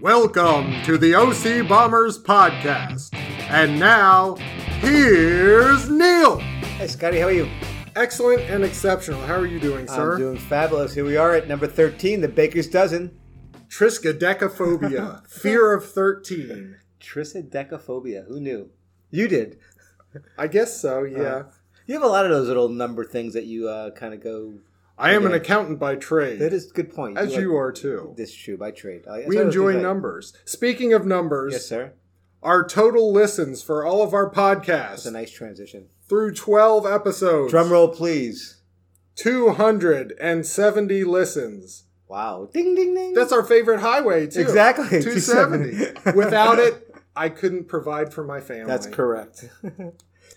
Welcome to the OC Bombers podcast. And now, here's Neil. Hey Scotty, how are you? Excellent and exceptional. How are you doing, sir? I'm doing fabulous. Here we are at number 13, the Baker's Dozen. Triskaidekaphobia, fear of 13. Trisodecaphobia. Who knew? You did. I guess so, yeah. You have a lot of those little number things that you uh, kind of go. I am an okay. accountant by trade, That is a good point. as like- you are too. This is true by trade. I- that's We what I was enjoy thinking about. numbers. Speaking of numbers, Yes, sir. our total listens for all of our That's a podcasts nice transition. through 12 episodes Drum roll, please. 270 listens. Wow. Ding, ding, ding. That's our favorite highway, too. Exactly, 270. 270. Without it, I couldn't provide for my family. That's correct.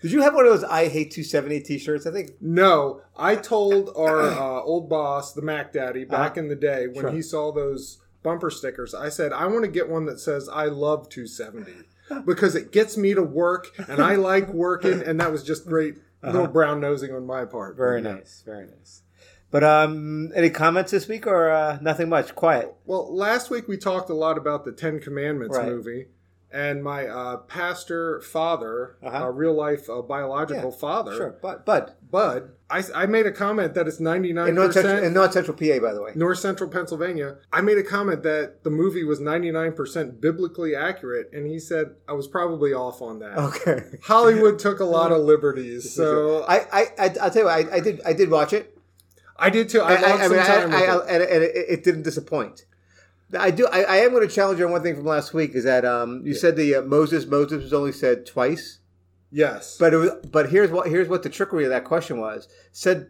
Did you have one of those I Hate 270 t shirts? I think. No, I told our uh, old boss, the Mac Daddy, back in the day when Uh-huh. Sure. he saw those bumper stickers, I said, I want to get one that says, I love 270 because it gets me to work and I like working. And that was just great little brown nosing on my part. Uh-huh. Very nice. Very nice. But um, any comments this week or uh, nothing much? Quiet. Well, last week we talked a lot about the Ten Commandments Right. movie, and my uh, pastor father, Uh-huh. uh real life uh, biological Yeah, father, Sure. But, but Bud, I, I made a comment that it's 99%. in North, Central, in North Central PA, by the way. North Central Pennsylvania, I made a comment that the movie was 99% biblically accurate, and he said I was probably off on that. Okay. Hollywood took a lot of liberties, so I, I, I I'll tell you what I, I did I did watch it. I did too. I I, lost I, I some mean, I, time. I, with it. and, and it, it didn't disappoint. I do. I, I am going to challenge you on one thing from last week. Is that um, you said the uh, Moses Moses was only said twice, yes, but it was, but here's what here's what the trickery of that question was said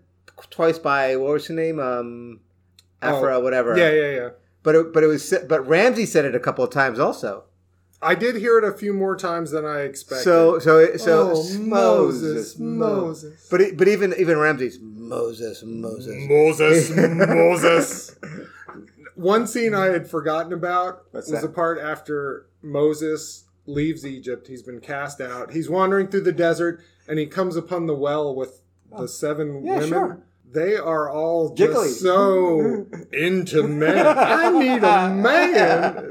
twice by what was her name um, Afra whatever Oh, yeah, yeah, yeah. but it, but it was said- but Ramsey said it a couple of times also I did hear it a few more times than I expected. so so it- so Oh, Moses, Moses. but it, but even even Ramsey's Moses Moses Moses, Moses. One scene I had forgotten about What's was that? the part after Moses leaves Egypt. He's been cast out. He's wandering through the desert, and he comes upon the well with the seven Yeah, women. sure. They are all Giggly. just so into men. I need a man.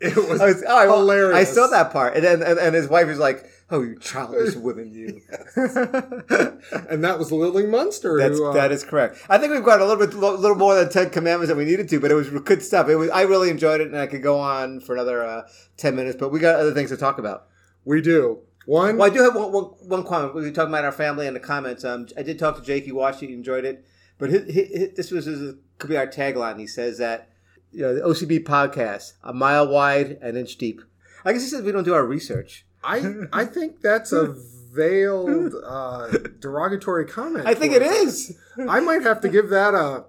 It was I was, oh, I, hilarious. I saw that part, and then and, and his wife was like, "Oh, you childless women, you." and that was Lily Munster. That's who, uh, that is correct. I think we've got a little bit, lo- little more than ten commandments that we needed to, but it was good stuff. It was, I really enjoyed it, and I could go on for another uh, ten minutes, but we got other things to talk about. we do one. Well, I do have one, one, one comment. We were talking about our family and the comments. Um, I did talk to Jake. He watched it. He enjoyed it. But hi hi hi this was this could be our tagline. He says that you know the OCB podcast a mile wide, an inch deep. I guess he says we don't do our research. I I think that's a veiled uh, derogatory comment. I think it is. I might have to give that a.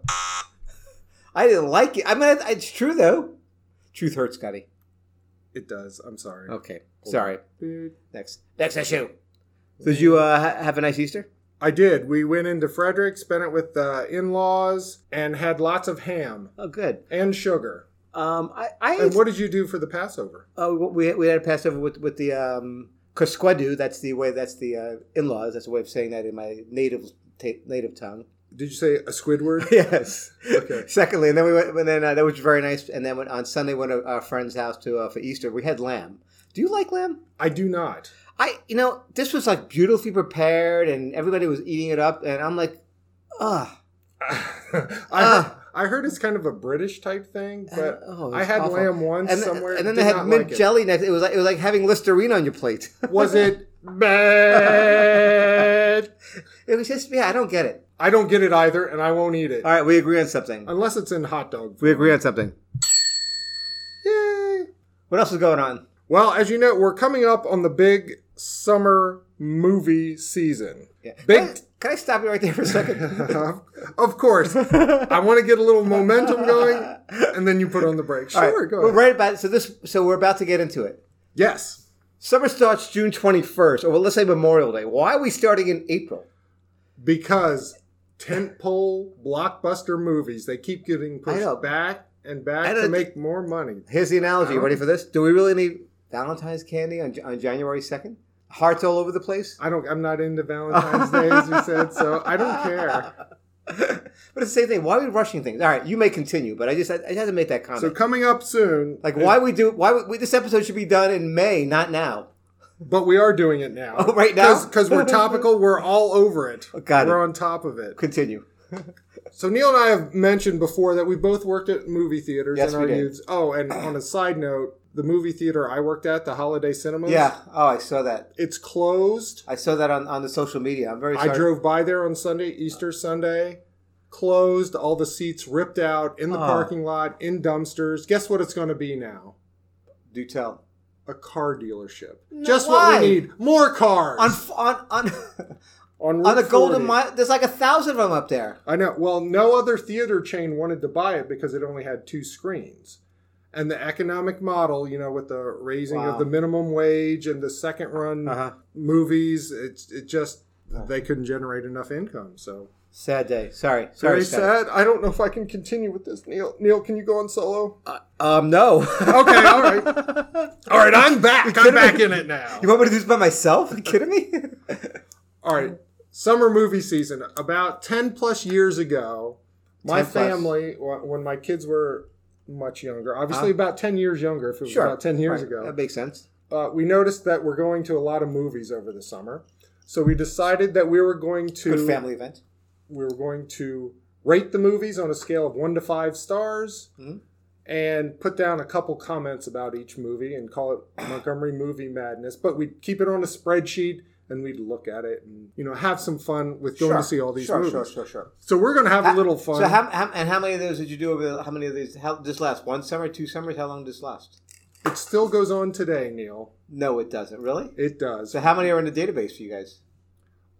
I didn't like it. I mean, it- it's true though. Truth hurts, Scotty. It does. I'm sorry. Okay, sorry. Dude. Next, next issue. Did you uh, ha- have a nice Easter? I did. We went into Frederick, spent it with the in-laws, and had lots of ham Oh, good. and sugar. Um, I, I And what did you do for the Passover? Uh, we we had a Passover with with the um, Cosquedu. That's the way. That's the uh, in laws. That's a way of saying that in my native ta native tongue. Did you say a Squidward? Yes. Okay. Secondly, and then we went, and then uh, that was very nice. And then when, on Sunday, went to our friend's house to uh, for Easter. We had lamb. Do you like lamb? I do not. I you know this was like beautifully prepared, and everybody was eating it up, and I'm like, ah, I, Ah. I heard it's kind of a British type thing, but oh, I it's had awful. lamb once and, somewhere. and then did they not had mint like it. jelly next. It was like it was like having Listerine on your plate. Was it bad? it was just yeah, I don't get it. I don't get it either, and I won't eat it All right, we agree on something. unless it's in hot dog. We agree on something. Yay! What else is going on? Well, as you know, we're coming up on the big summer movie season. Can, I, Big, can I stop you right there for a second? of course. I want to get a little momentum going, and then you put on the brake. All right, Sure, go We're ahead. right about so this. So we're about to get into it. Yes, Summer starts June twenty first, or well, let's say Memorial Day. Why are we starting in April? because tentpole blockbuster movies—they keep getting I know. pushed back and back I to don't make more money. Here's the analogy. Ready for this? Do we really need Valentine's candy on, on January second? Hearts all over the place. I don't. I'm not into Valentine's Day, as we said, so I don't care. but But it's the same thing. Why are we rushing things? All right, you may continue, but I just I, I had to make that comment. So coming up soon, like why we do why we, this episode should be done in May, not now. but we are doing it now. Oh, right now? Oh, because we're topical. We're all over it. got it. We're on top of it. Continue. So Neil and I have mentioned before that we both worked at movie theaters Yes, in we our did. youths. Oh, and on a side note, the movie theater I worked at, the Holiday Cinemas, Yeah. Oh, I saw that. it's closed. I saw that on, on the social media. I'm very I sorry. drove by there on Sunday, Easter Sunday. Closed, all the seats ripped out in the Oh. parking lot, in dumpsters. Guess what it's going to be now? Do tell. A car dealership. No, Just why? what we need. More cars. On on on on, on the Route 40. Golden Mile. There's like a thousand of them up there. I know. Well, no other theater chain wanted to buy it because it only had two screens. And the economic model, you know, with the raising Wow. of the minimum wage and the second run Uh huh. movies, it's it just they couldn't generate enough income. So Sad day. Sorry. Sorry. very Scott. sad. I don't know if I can continue with this. Neil, Neil, can you go on solo? Um. No. Okay, all right, all right. I'm back. I'm back in it now. you want me to do this by myself? Are you kidding me? All right. Summer movie season. About 10 plus years ago, my 10 plus. family, wh- when my kids were much younger, obviously about 10 years younger, if it was about 10 years Uh-huh. Right. That ago, makes sense. uh, we noticed that we're going to a lot of movies over the summer. So we decided that we were going to Good family event. we were going to rate the movies on a scale of one to five stars Mhm. and put down a couple comments about each movie and call it Montgomery Movie Madness. But we'd keep it on a spreadsheet and we'd look at it and you know have some fun with going Sure. to see all these sure, movies. Sure, sure, sure. So we're gonna have a little fun. So how, how and how many of those did you do over? The, how many of these? How this last one summer, two summers? How long did this last? it still goes on today, Neil. No, it doesn't really. It does. So how many are in the database for you guys?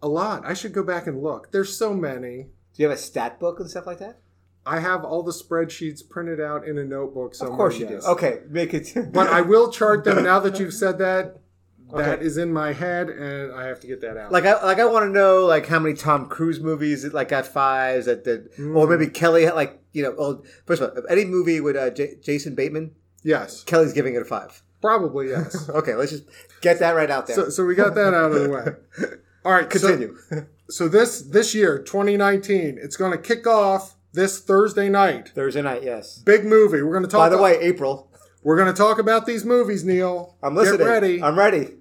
a lot. I should go back and look. There's so many. Do you have a stat book and stuff like that? I have all the spreadsheets printed out in a notebook somewhere. of course you yes. do. Okay, make it. But I will chart them now that you've said that. Okay. That is in my head, and I have to get that out. like I like I want to know like how many Tom Cruise movies that like got fives that did, or Mm. maybe Kelly had, like you know. Well, first of all, if any movie with uh, J- Jason Bateman, yes, Kelly's giving it a five. probably yes. Okay, let's just get that right out there. so, so we got that out of the way. All right, so- Continue. So, this this year, 2019, it's going to kick off this Thursday night. Thursday night, yes. Big movie. We're going to talk. By the way, April, we're going to talk about these movies, Neil. I'm listening. Get ready. I'm ready.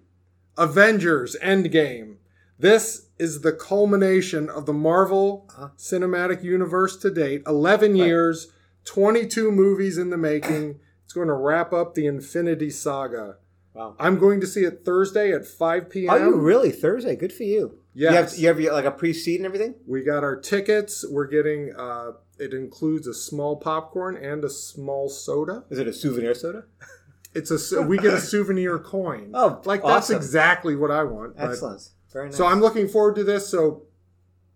Avengers: Endgame. This is the culmination of the Marvel Uh-huh. Cinematic Universe to date. 11 years, 22 movies in the making. It's going to wrap up the Infinity Saga. Wow. I'm going to see it Thursday at 5 p.m. Are you really Thursday? Good for you. Yes. You have, you have like a pre-seed and everything. We got our tickets. We're getting, uh, it includes a small popcorn and a small soda. Is it a souvenir soda? It's a, so- we get a souvenir coin. Oh, like that's awesome. exactly what I want. but- Excellent. Very nice. So I'm looking forward to this. So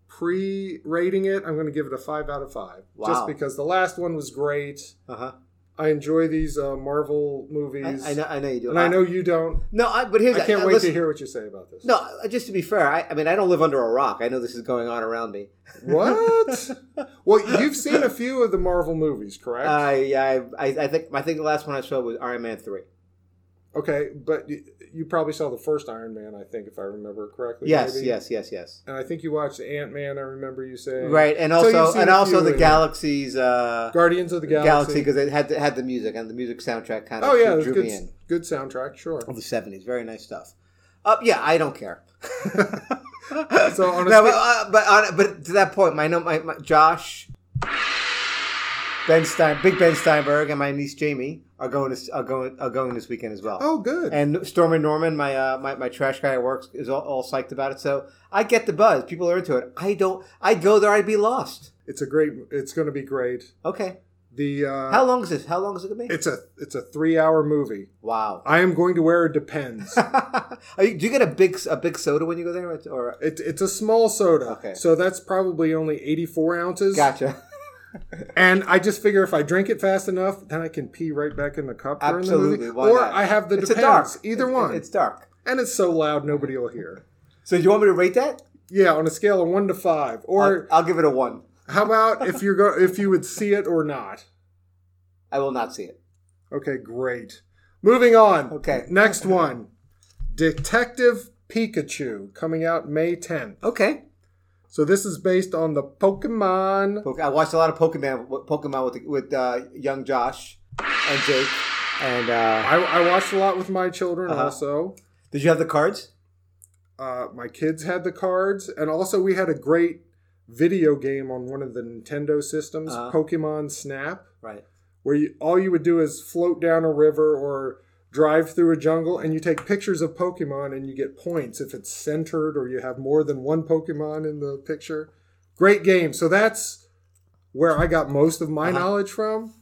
pre-rating it, I'm going to give it a five out of five, Wow. just because the last one was great. Uh huh. I enjoy these uh, Marvel I, movies, I know. I know you do. and I know you don't. No, I, but here's I can't uh, wait listen- to hear what you say about this. No, uh, just to be fair, I, I mean I don't live under a rock. I know this is going on around me. What? well, you've seen a few of the Marvel movies, correct? I, I I I think I think the last one I saw was Iron Man three. okay, but you, you probably saw the first Iron Man, I think, if I remember correctly. Yes, maybe. yes, yes, yes. And I think you watched Ant Man. I remember you saying Right, and So you've also seen and a also few the in- Galaxy's uh, Guardians of the Galaxy Galaxy. because it had had the music and the music soundtrack kind of oh yeah, it was drew good. me in. Good soundtrack, sure. Of the seventies, very nice stuff. Uh, yeah, I don't care. So on a No, sca- but, uh, but, on, but to that point, my, no- my, my Josh, Ben Stein, Big Ben Steinberg, and my niece Jamie are going this are going are going this weekend as well. Oh, good. And Stormy Norman, my, uh, my my trash guy at work, is all, all psyched about it. So I get the buzz. People are into it. I don't. I go there, I'd be lost. it's a great. It's going to be great. Okay. The uh, How long is this? How long is it gonna be? it's a it's a three hour movie. Wow. I am going to wear a Depends. are you, do you get a big a big soda when you go there? Or it, it's a small soda, Okay. so that's probably only eighty four ounces. gotcha. And I just figure if I drink it fast enough, then I can pee right back in the cup during the Absolutely. movie, Why or not? I have the it's a Depends. dark. Either It's- one, It's dark. and it's so loud nobody will hear. So do you want me to rate that? Yeah, on a scale of one to five, I'll, or I'll give it a one. how about if you're go- if you would see it or not? I will not see it. Okay, great. Moving on. Okay. Next one Detective Pikachu coming out May 10th. Okay. So this is based on the Pokemon. Poke- I watched a lot of Pokemon, Pokemon with with uh, young Josh and Jake. And uh, I, I watched a lot with my children Uh-huh. also. did you have the cards? Uh, my kids had the cards, and also we had a great video game on one of the Nintendo systems, Uh-huh. Pokemon Snap, Right. where you, all you would do is float down a river or drive through a jungle, and you take pictures of Pokemon, and you get points if it's centered or you have more than one Pokemon in the picture. Great game. So that's where I got most of my Uh-huh. knowledge from.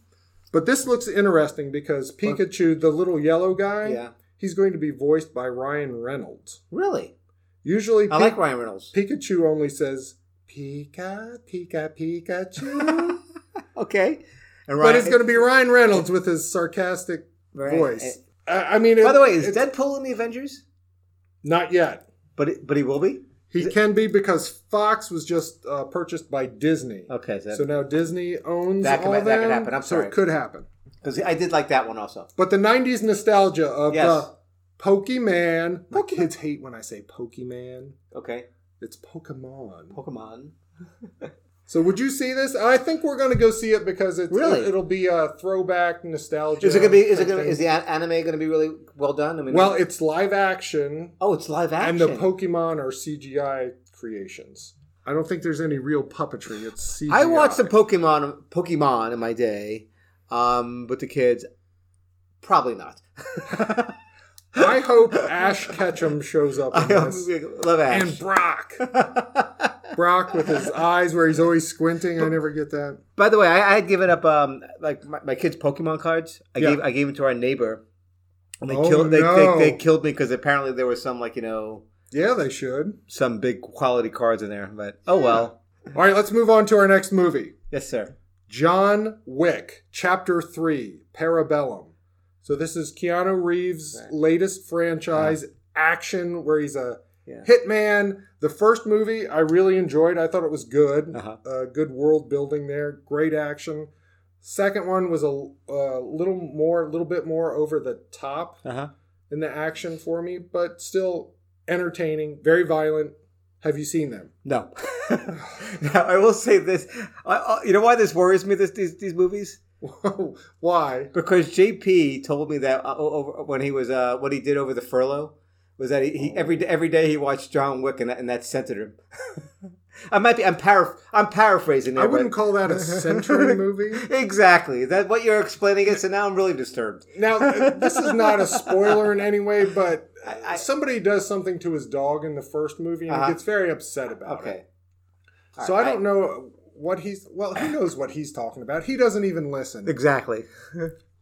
But this looks interesting because Pikachu, the little yellow guy, Yeah. he's going to be voiced by Ryan Reynolds. Really? Usually, I Pi- like Ryan Reynolds. Pikachu only says Pika, Pika, Pikachu. okay. And but it's going to be Ryan Reynolds with his sarcastic Ryan- voice. I, I mean, it- By the way, is it's- Deadpool in the Avengers? not yet. But it, but he will be. He can be because Fox was just uh, purchased by Disney. Okay, so So now Disney owns Oh, That could- all that could them, happen. I'm so sorry. it could happen. because I did like that one also. But the '90s nostalgia of Yes. the Pokemon. My kids hate when I say Pokemon. Okay, It's Pokemon. Pokemon. So would you see this? I think we're going to go see it because it's Really? it, will be a throwback nostalgia. Is it gonna be? Is it type gonna? thing. Is the an- anime gonna be really well done? I mean, well, it's live action, oh, it's live action. and the Pokemon are CGI creations. I don't think there's any real puppetry. It's CGI. I watched the Pokemon Pokemon in my day, um, with the kids. Probably not. I hope Ash Ketchum shows up in I um, this. love Ash. And Brock. Brock with his eyes where he's always squinting. I never get that. By the way, I, I had given up um, like my, my kids' Pokemon cards. I Yeah. gave I gave them to our neighbor. And they Oh, killed they, no. they, they killed me because apparently there was some like you know Yeah, they should. some big quality cards in there. But oh well, All right, let's move on to our next movie. yes sir. John Wick, Chapter 3, Parabellum. So this is Keanu Reeves' Right. latest franchise action where he's a Yeah. hitman. The first movie I really enjoyed. I thought it was good. Uh-huh. Uh, good world building there. Great action. Second one was a uh, little more, a little bit more over the top Uh huh. in the action for me, but still entertaining, very violent. Have you seen them? No. now I will say this. I, I, you know why this worries me? This these, these movies Why? because JP told me that uh, o- over when he was uh, what he did over the furlough was that he, he every day every day he watched John Wick and that, and that centered him. I might be I'm paraph- I'm paraphrasing. There, I but- wouldn't call that a century movie. Exactly. That what you're explaining is, and now I'm really disturbed. Now, th- this is not a spoiler in any way, but I- I- somebody does something to his dog in the first movie and Uh-huh. he gets very upset about Okay. it. So I don't know what he's. Well, he knows what he's talking about. He doesn't even listen. exactly.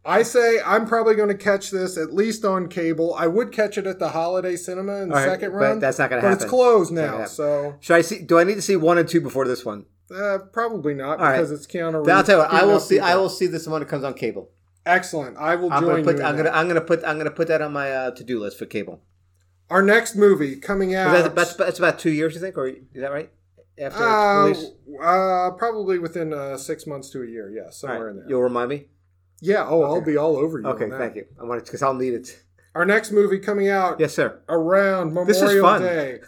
I say I'm probably going to catch this at least on cable. I would catch it at the holiday cinema in the All right, second but run. that's not gonna but happen. it's closed not gonna now, happen. so Should I see? Do I need to see one and two before this one? uh, probably not All right. because it's Keanu Reeves. Then I'll tell you what. I beating will up see. I people. will see this one that comes on cable. Excellent. I will I'm join gonna put. you. in I'm gonna. that. I'm gonna put. I'm gonna put that on my uh, to-do list for cable. Our next movie coming out. That's, that's, that's about two years, you think, or is that right? After Uh, it's released. uh, probably within uh, six months to a year. Yeah, All somewhere right. in there. You'll remind me. Yeah. Oh, I'll Okay. be all over you. Okay, on that. thank you. I want to because I'll need it. Our next movie coming out Yes, sir. around This is Memorial fun. Day.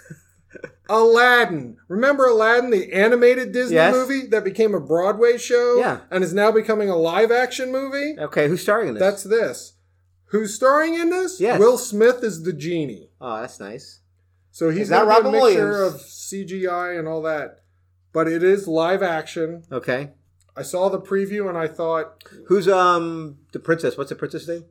Aladdin. Remember Aladdin, the animated Disney Yes. movie that became a Broadway show Yeah. and is now becoming a live action movie? Okay, who's starring in this? That's this. Who's starring in this? Yes. Will Smith is the genie. oh, that's nice. So he's Is that gonna be a Robin mixture Williams? of CGI and all that. But it is live action. Okay, I saw the preview and I thought, who's um the princess? What's the princess name?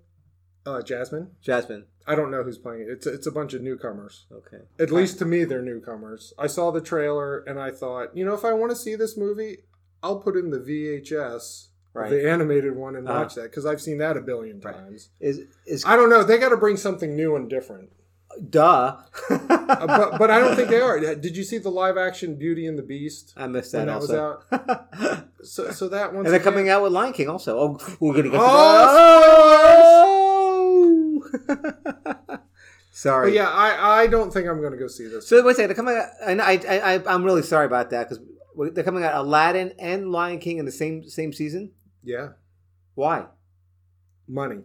uh, Jasmine. Jasmine. I don't know who's playing it. It's it's a bunch of newcomers. Okay. At least to me, they're newcomers. I saw the trailer and I thought, you know, if I want to see this movie, I'll put in the VHS, Right. the animated one, and Uh-huh. watch that because I've seen that a billion Right. times. Is is I don't know. They got to bring something new and different. duh. Uh, but but I don't think they are. Did you see the live action Beauty and the Beast? I missed When that that was also. So so that one's and they're coming out with Lion King also. Oh, we're gonna go. Oh, Oh! sorry. But yeah, I I don't think I'm going to go see this. So wait a second. They're coming out, and I, I, I I'm really sorry about that because they're coming out Aladdin and Lion King in the same same season. yeah, Why? money.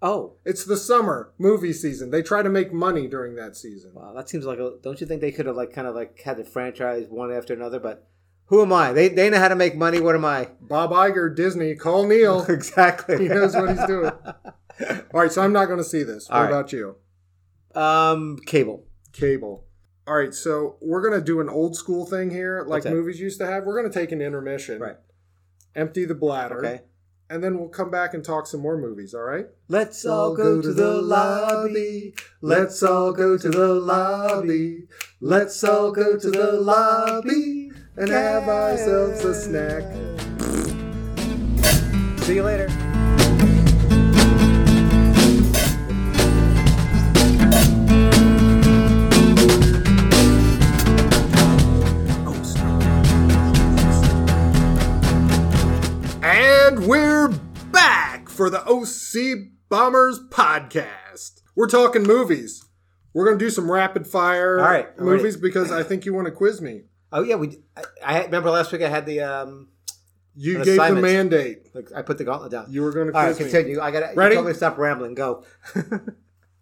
Oh, It's the summer movie season. They try to make money during that season. wow, that seems like a. Don't you think they could have like kind of like had the franchise one after another? But who am I? They they know how to make money. What am I? Bob Iger, Disney, call Neil. exactly. he knows what he's doing. All right, so I'm not going to see this. What All right. about you? Um, cable. Cable. All right, so we're going to do an old school thing here, like What's that? movies used to have. We're going to take an intermission, Right. empty the bladder, Okay. and then we'll come back and talk some more movies, all right? Let's all go to the lobby. Let's all go to the lobby. Let's all go to the lobby and have ourselves a snack. See you later. And we're back for the OC Bombers podcast. We're talking movies. We're going to do some rapid fire All right, I'm movies because I think you want to quiz me. Oh yeah, we. I, I had- remember last week I had the um. You An gave assignment. the mandate. Like I put the gauntlet down. You were going to All right, quiz me. continue. I got. to Ready? You told me to stop rambling. Go.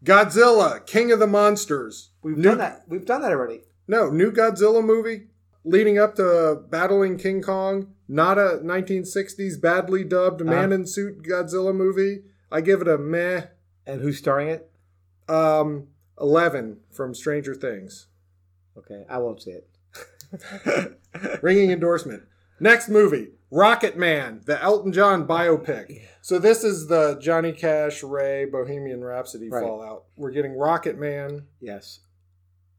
Godzilla, King of the Monsters. We've New- done that. We've done that already. No, new Godzilla movie leading up to battling King Kong. Not a 1960s badly dubbed Uh-huh. man in suit Godzilla movie. I give it a meh. And who's starring it? Um, 11 from Stranger Things. Okay, I won't say it. Ringing endorsement. Next movie, Rocket Man, the Elton John biopic. So this is the Johnny Cash, Ray, Bohemian Rhapsody Right. fallout. We're getting Rocket Man. Yes,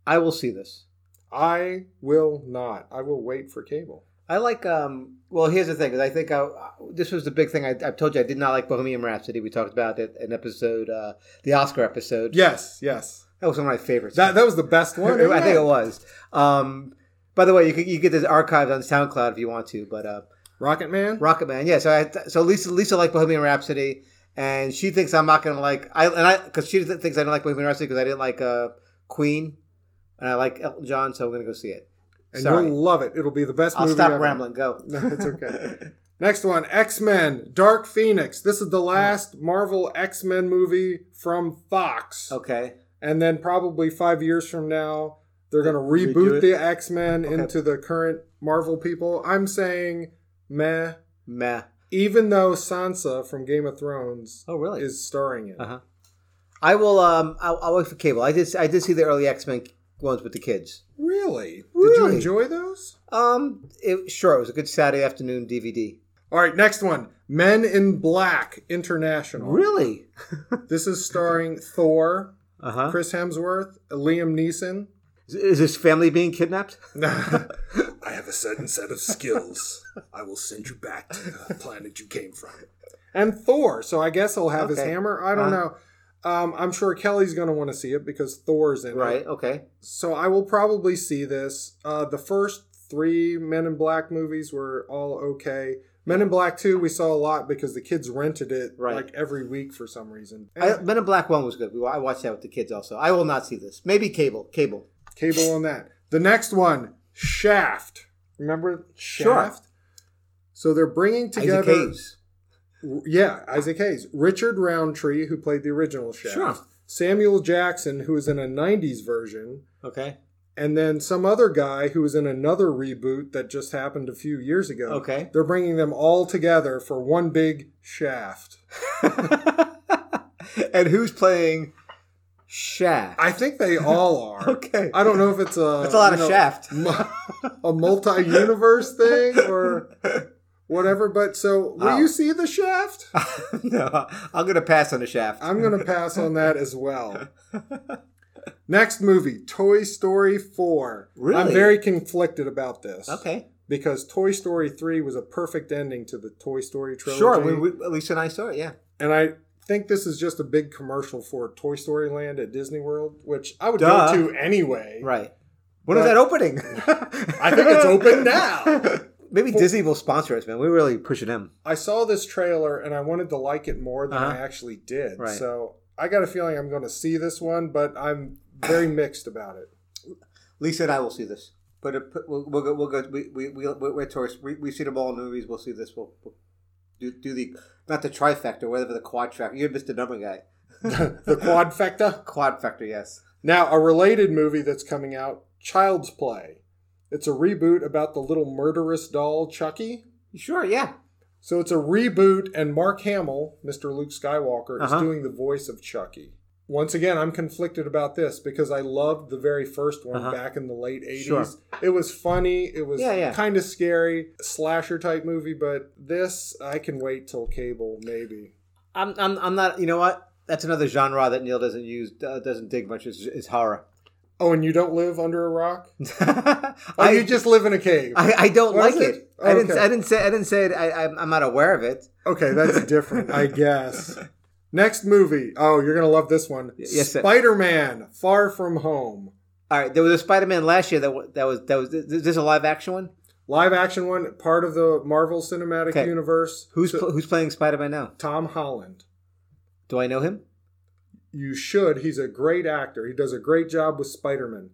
I will see this. I will not. I will wait for cable. I like. um Well, here's the thing. Is I think I, this was the big thing. I, I told you I did not like Bohemian Rhapsody. We talked about it in episode, uh the Oscar episode. Yes, yes. that was one of my favorites. That that was the best one. I think it Yeah. was. Um, by the way, you can you get this archived on SoundCloud if you want to. But uh, Rocket Man. Rocket Man, yeah. So I, so Lisa Lisa liked Bohemian Rhapsody, and she thinks I'm not gonna like I and I because she thinks I don't like Bohemian Rhapsody because I didn't like uh, Queen, and I like Elton John, so I'm gonna go see it. and Sorry, you'll love it. It'll be the best I'll movie. stop ever. rambling. Go. No, it's okay. Next one, X Men: Dark Phoenix. This is the last Marvel X Men movie from Fox. okay. and then probably five years from now they're going to Redo reboot it? the X Men Okay. into the current Marvel people. I'm saying meh, Meh. even though Sansa from Game of Thrones Oh really? is starring in. it. Uh huh. I will. Um, I'll, I'll wait for cable. I did. I did see the early X Men ones with the kids. Really? Did you Really? enjoy those? Um, it, sure, it was a good Saturday afternoon DVD. All right, next one. Men in Black International. Really? This is starring Thor, Uh huh. Chris Hemsworth, Liam Neeson. Is, is his family being kidnapped? I have a certain set of skills. I will send you back to the planet you came from. And Thor, so I guess he'll have his Okay. hammer. I don't Uh-huh. know. Um, I'm sure Kelly's going to want to see it because Thor's in Right. it. Okay. So I will probably see this. Uh, the first three Men in Black movies were all okay. Men in Black 2, we saw a lot because the kids rented it Right. like every week for some reason. I, And Men in Black One was good. We, I watched that with the kids also. I will not see this. Maybe cable. Cable. cable on that. The next one, Shaft. Remember Sure. Shaft? So they're bringing together. Isaac Hayes. Yeah, Isaac Hayes. Richard Roundtree, who played the original Shaft. Sure. Samuel Jackson, who was in a 90s version. Okay. And then some other guy who was in another reboot that just happened a few years ago. Okay. They're bringing them all together for one big Shaft. and who's playing Shaft? I think they all are. okay. I don't know if it's a. That's a lot you of know, Shaft. mu- A multi universe thing or whatever. But so, will Wow. you see the Shaft? no, I'm gonna pass on the Shaft. I'm going to pass on that as well. Next movie, Toy Story 4. I'm Really? very conflicted about this. okay. Because Toy Story 3 was a perfect ending to the Toy Story trilogy. Sure. We, we, Lisa and I saw it. Yeah. and I think this is just a big commercial for Toy Story Land at Disney World, which I would Duh. go to anyway. Right. When is But- that opening? I I think it's open now. Maybe Disney will sponsor us, man. We're really pushing them. I saw this trailer and I wanted to like it more than I Uh-huh. actually did. Right. So I got a feeling I'm going to see this one, but I'm very mixed about it. Lisa and I will see this. uh, But it, we'll, we'll go. We'll go. We we we we're tourists. We, we've seen them all in the movies. We'll see this. We'll, we'll do, do the not the trifecta, whatever the quadfecta. You're just a number guy. the quadfecta. Quadfecta, yes. Now, a related movie that's coming out, Child's Play. It's a reboot about the little murderous doll Chucky. Sure, yeah. So it's a reboot, and Mark Hamill, Mr. Luke Skywalker, Uh-huh. is doing the voice of Chucky. Once again, I'm conflicted about this because I loved the very first one Uh-huh. back in the late 80s. Sure. It was funny, it was Yeah, yeah. kind of scary, slasher type movie, but this, I can wait till cable, maybe. I'm, I'm, I'm not. You know what? That's another genre that Neil doesn't use, uh, doesn't dig much. Is, is horror. Oh, and you don't live under a rock? I, Oh, you just live in a cave. I, I don't What like is it. it? I didn't. Okay. I didn't say. I didn't say it. I, I'm, I'm not aware of it. Okay, that's different, I guess. Next movie. Oh, you're going to love this one. Y- yes, sir. Spider Man Far From Home. All right, there was a Spider-Man last year that wa- that was that was. Is this a live action one? Live action one, part of the Marvel Cinematic Okay. Universe. Who's So- pl- who's playing Spider-Man now? Tom Holland? Do I know him? You should. He's a great actor. He does a great job with Spider Man.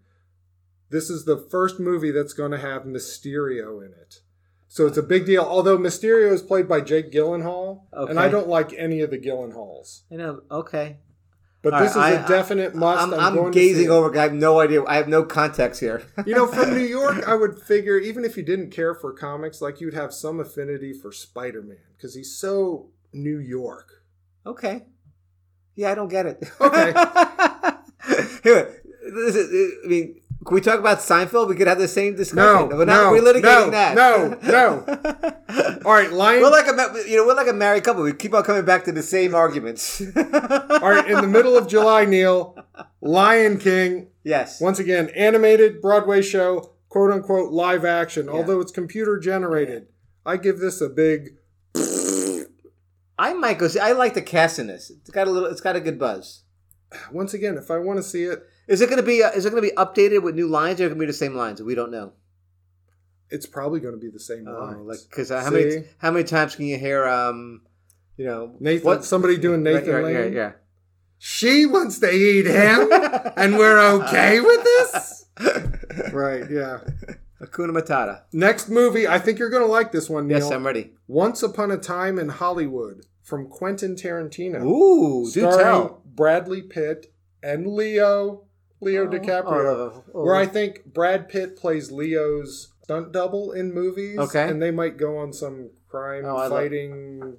This is the first movie that's going to have Mysterio in it. So it's a big deal. Although Mysterio is played by Jake Gyllenhaal, and I Okay. don't like any of the Gyllenhaals. I know. Okay. But All this right, is I- a definite must. I'm, I'm, I'm going to see gazing it. over. I have no idea. I have no context here. You know, from New York, I would figure even if you didn't care for comics, like you'd have some affinity for Spider Man because he's so New York. okay. Yeah, I don't get it. Okay. Anyway, this is, I mean, can we talk about Seinfeld? We could have the same discussion. No, we're no, not relitigating no, that. no, no. All right, Lion. We're like a ma- you know we're like a married couple. We keep on coming back to the same arguments. All right, in the middle of July, Neil, Lion King, Yes. once again, animated Broadway show, quote unquote, live action, although it's computer generated. I give this a big. I might go see. I like the cast in this. It's got a little. It's got a good buzz. Once again, if I want to see it, Is it going to be? Uh, is it going to be updated with new lines, or going to be the same lines? We don't know. it's probably going to be the same Oh, lines. like because uh, how See? many how many times can you hear? Um, you know, Nathan, somebody doing Nathan right, Lane. right, yeah, She wants to eat him, and we're okay with this. Right? Yeah. Hakuna Matata. Next movie, I think you're going to like this one, Neil. Yes, I'm ready. Once Upon a Time in Hollywood from Quentin Tarantino. Ooh, do starring tell. Bradley Pitt and Leo Leo Oh, DiCaprio. oh, oh. Where I think Brad Pitt plays Leo's stunt double in movies. Okay. And they might go on some crime Oh, I love- fighting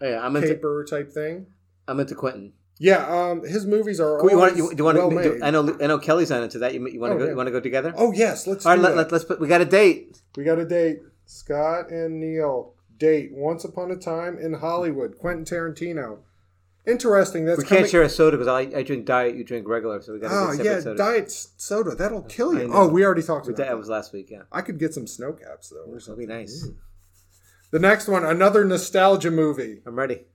yeah, I'm into paper type thing. I'm into Quentin. Yeah, um his movies are Cool, you always want you, do you want well to? made. I know I know Kelly's on into that. You, you want to Oh, go? yeah. You want to go together? Oh yes, let's All do right, let, that. let, let's put. We got a date. We got a date. Scott and Neil date Once Upon a Time in Hollywood, Quentin Tarantino. Interesting. That's we can't coming- share a soda because I, I drink diet. You drink regular, so we got to Oh get separate yeah, sodas. diet s- soda that'll kill I you. know. Oh, we already talked We about did- that. that was last week. Yeah, I could get some snow caps though. Or that'd something. be nice. The next one, another nostalgia movie, I'm ready.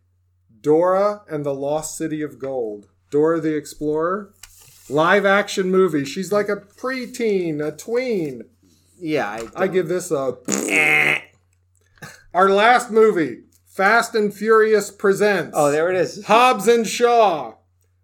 Dora and the Lost City of Gold. Dora the Explorer, live action movie. She's like a preteen, a tween. Yeah, I, I give this a. Our last movie, Fast and Furious presents. Oh, there it is. Hobbs and Shaw,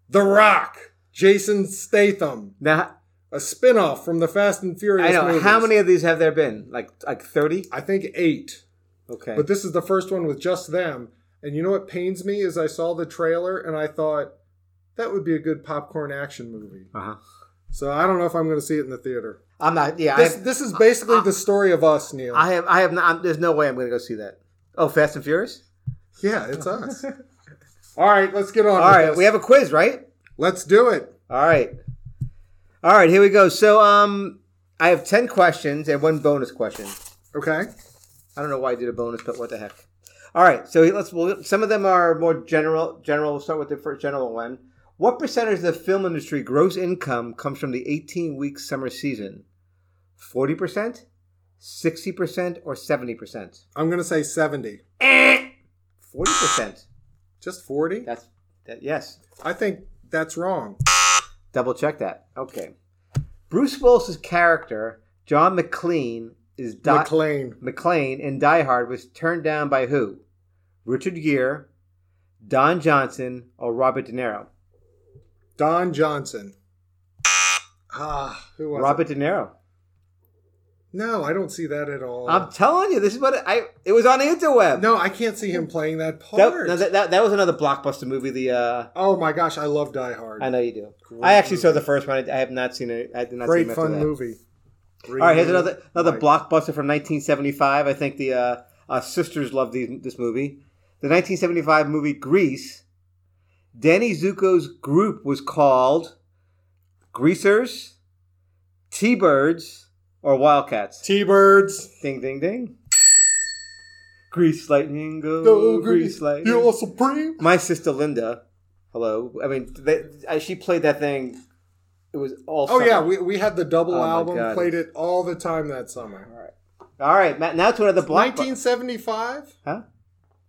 The Rock, Jason Statham. Now a spin-off from the Fast and Furious I know movies. how many of these have there been? Like like thirty. I think 8. Okay. But this is the first one with just them. And you know what pains me is I saw the trailer and I thought that would be a good popcorn action movie. uh-huh. So I don't know if I'm going to see it in the theater. I'm not. Yeah, This, I, this is basically the story of us, Neil. I have. I have not. I'm, there's no way I'm going to go see that. Oh, Fast and Furious. yeah, it's us. All right, let's get on. All right, we have a quiz, right? Let's do it. All right. All right, here we go. So, um, I have ten questions and one bonus question. Okay. I don't know why I did a bonus, but what the heck. All right, so let's. Well, some of them are more general. General. We'll start with the first general one. What percentage of the film industry gross income comes from the 18-week summer season? Forty percent, sixty percent, or seventy percent? I'm going to say 70. Forty percent. Just 40? That's that. Yes. I think that's wrong. Double check that. Okay. Bruce Willis's character, John McClane, is Di- McLean. McClane in Die Hard was turned down by who? Richard Gere, Don Johnson, or Robert De Niro? Don Johnson. Ah, who was it? Robert De Niro. No, I don't see that at all. I'm telling you, this is what it, I. It was on the interweb. no, I can't see him playing that that, part. no, that, that, that was another blockbuster movie. The uh, oh my gosh, I love Die Hard. I know you do. Great I actually saw movie. the first one. I, I have not seen it. I did not see Great him fun after that. movie. Great All right, here's movie. another another Mike. blockbuster from 1975. I think the uh, uh, sisters love these, this movie. The 1975 movie Grease. Danny Zuko's group was called Greasers, T-Birds, or Wildcats. T-Birds. Ding, ding, ding. Grease lightning, go, Go grease, Grease. lightning. You're supreme. My sister Linda, hello. I mean, they, I, she played that thing. It was all. Oh summer. yeah, we, we had the double Oh, my album. God. Played it all the time that summer. all right, all right, Matt. Now to another blockbuster. 1975. Huh?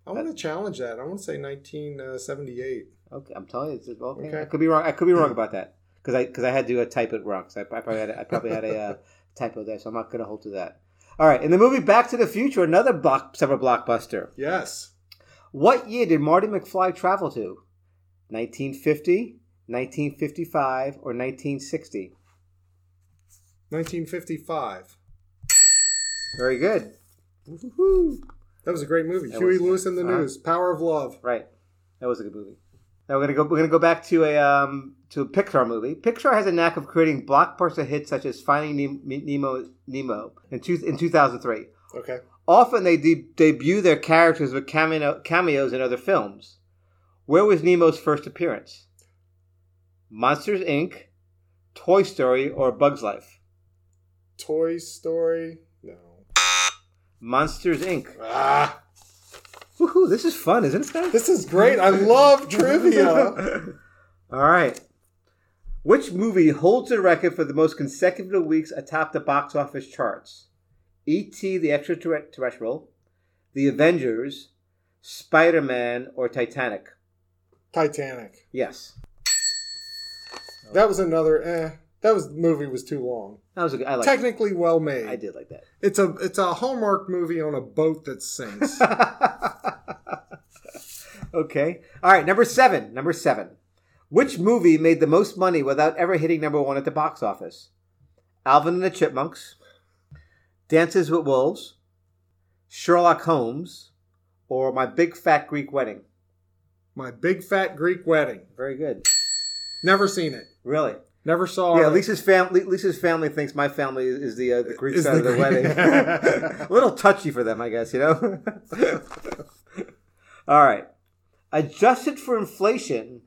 I want to challenge that. I want to say 1978. Okay, I'm telling you, it's just, okay. Okay. I could be wrong. I could be wrong about that because I because I had to uh, type it wrong. So I, I probably had a, I probably had a uh, typo there. So I'm not going to hold to that. All right, in the movie Back to the Future, another block summer blockbuster. Yes. What year did Marty McFly travel to? 1950, 1955, or 1960? 1955. Very good. Woo-hoo. That was a great movie. That Huey was- Lewis in the uh-huh. News. Power of Love. Right, that was a good movie. Now we're gonna go. We're gonna go back to a um, to a Pixar movie. Pixar has a knack of creating blockbuster hits such as Finding Nemo, Nemo, Nemo in two, in two thousand three. Okay. Often they de- debut their characters with cameo- cameos in other films. Where was Nemo's first appearance? Monsters Inc., Toy Story, or Bug's Life? Toy Story. No. Monsters Inc. Ah, Woohoo! This is fun, isn't it, guys? this is great. I love trivia. All right. Which movie holds the record for the most consecutive weeks atop the box office charts? E.T. the Extraterrestrial, The Avengers, Spider Man, or Titanic? Titanic. Yes. That was another. Eh. That was movie was too long. That was a good. I like. Technically well made. I did like that. It's a it's a Hallmark movie on a boat that sinks. okay. All right. Number seven. Number seven. Which movie made the most money without ever hitting number one at the box office? Alvin and the Chipmunks, Dances with Wolves, Sherlock Holmes, or My Big Fat Greek Wedding? My big fat Greek wedding. Very good. Never seen it. Really? Never saw it. Yeah, Lisa's family. Lisa's family thinks my family is, is the uh, the Greek Is side of the the Greek- wedding. a little touchy for them, I guess. You know. All right. Adjusted for inflation,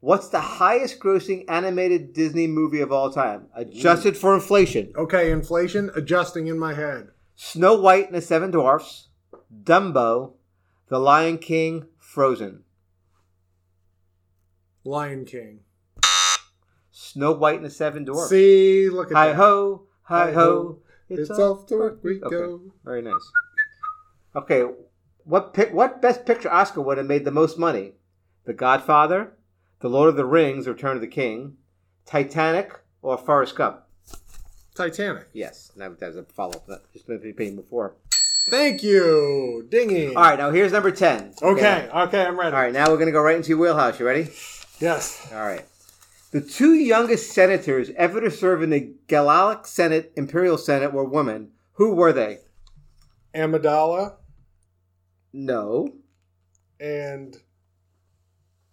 what's the highest-grossing animated Disney movie of all time? Adjusted for inflation, Okay, inflation adjusting in my head. Snow White and the Seven Dwarfs, Dumbo, The Lion King, Frozen. Lion King. Snow White and the Seven Dwarfs. See, look at Hi that. ho, hi ho, It's, off to work we Okay. go. Very nice. Okay, what pic- what Best Picture Oscar would have made the most money? The Godfather, The Lord of the Rings, Return of the King, Titanic, or Forrest Gump? Titanic. Yes, that that was a follow up. That just been being before. Thank you, Dingy. All right, now here's number ten. Okay. Okay, I'm ready. All right, now we're gonna go right into your wheelhouse. You ready? Yes. All right. The two youngest senators ever to serve in the Gallic Senate, Imperial Senate, were women. Who were they? Amidala No. and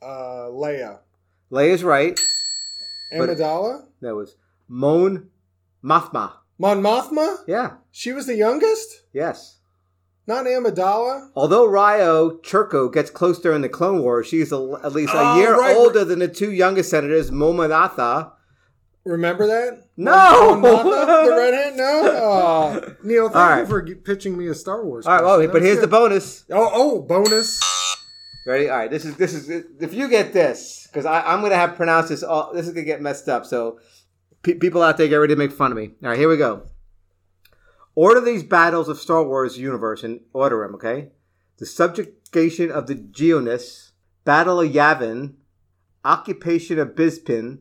uh, Leia. Leia's right. But- Amidala? That was Mon Mothma. Mon Mothma? Yeah. She was the youngest? Yes. Not Amidala? Although Ryo Churko gets close during the Clone Wars, she's a, at least a Oh, year right. older than the two youngest senators, Momonatha. Remember that? No! Mon Mothma? the red hand? No? Aw. Neil, thank All you right. for g- pitching me a Star Wars. All right, well, question. but That here's was the good. bonus. Oh, oh, bonus. Ready? All right, this is this is if you get this because I'm gonna have pronounced this all. This is gonna get messed up. So pe- people out there get ready to make fun of me. All right, here we go. Order these battles of Star Wars universe and order them. Okay, the subjugation of the Geonists, Battle of Yavin, occupation of Bispin,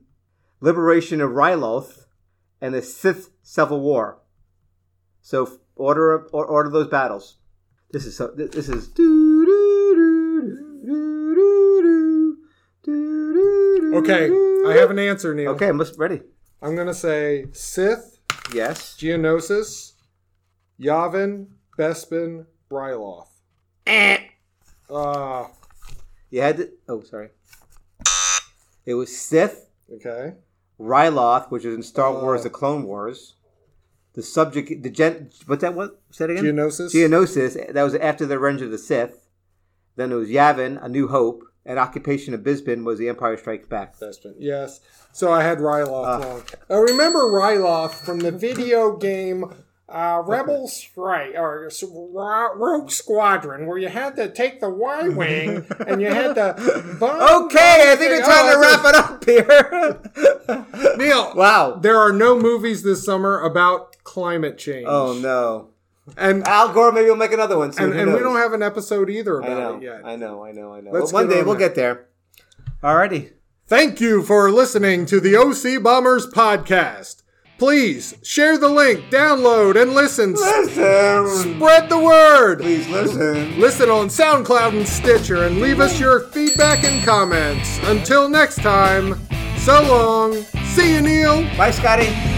liberation of Ryloth, and the Sith Civil War. So f- order or, order those battles. This is so, th- this is. Okay, Okay, I have an answer, Neil. Okay, I'm just ready. I'm going to say Sith, Yes. Geonosis, Yavin, Bespin, Bryloff. Eh. Ah, You had to, oh, sorry. It was Sith, okay. Ryloth, which is in Star Oh. Wars: The Clone Wars. The subject, the gen, what's that? What said again? Geonosis. Geonosis. That was after the Revenge of the Sith. Then it was Yavin, A New Hope, and Occupation of Bisbin was The Empire Strikes Back. Bespin. Yes. So I had Ah. Ryloth wrong. I remember Ryloth from the video game uh, Rebel Strike or S- Ro- Rogue Squadron, where you had to take the Y wing and you had to. bomb- Okay, I think it's time to wrap it up here. oh, Neil, wow. there are no movies this summer about climate change. Oh no. And Al Gore, maybe we'll make another one soon. and, Who and we knows? don't have an episode either I know. about it yet. I know. I know. I know. Let's Well, one get day on we'll that. get there. Alrighty. Thank you for listening to the OC Bombers podcast. Please share the link, download, and listen. Listen. Spread the word. Please listen. Listen on SoundCloud and Stitcher and leave us your feedback and comments. Until next time, so long. See you, Neil. Bye, Scotty.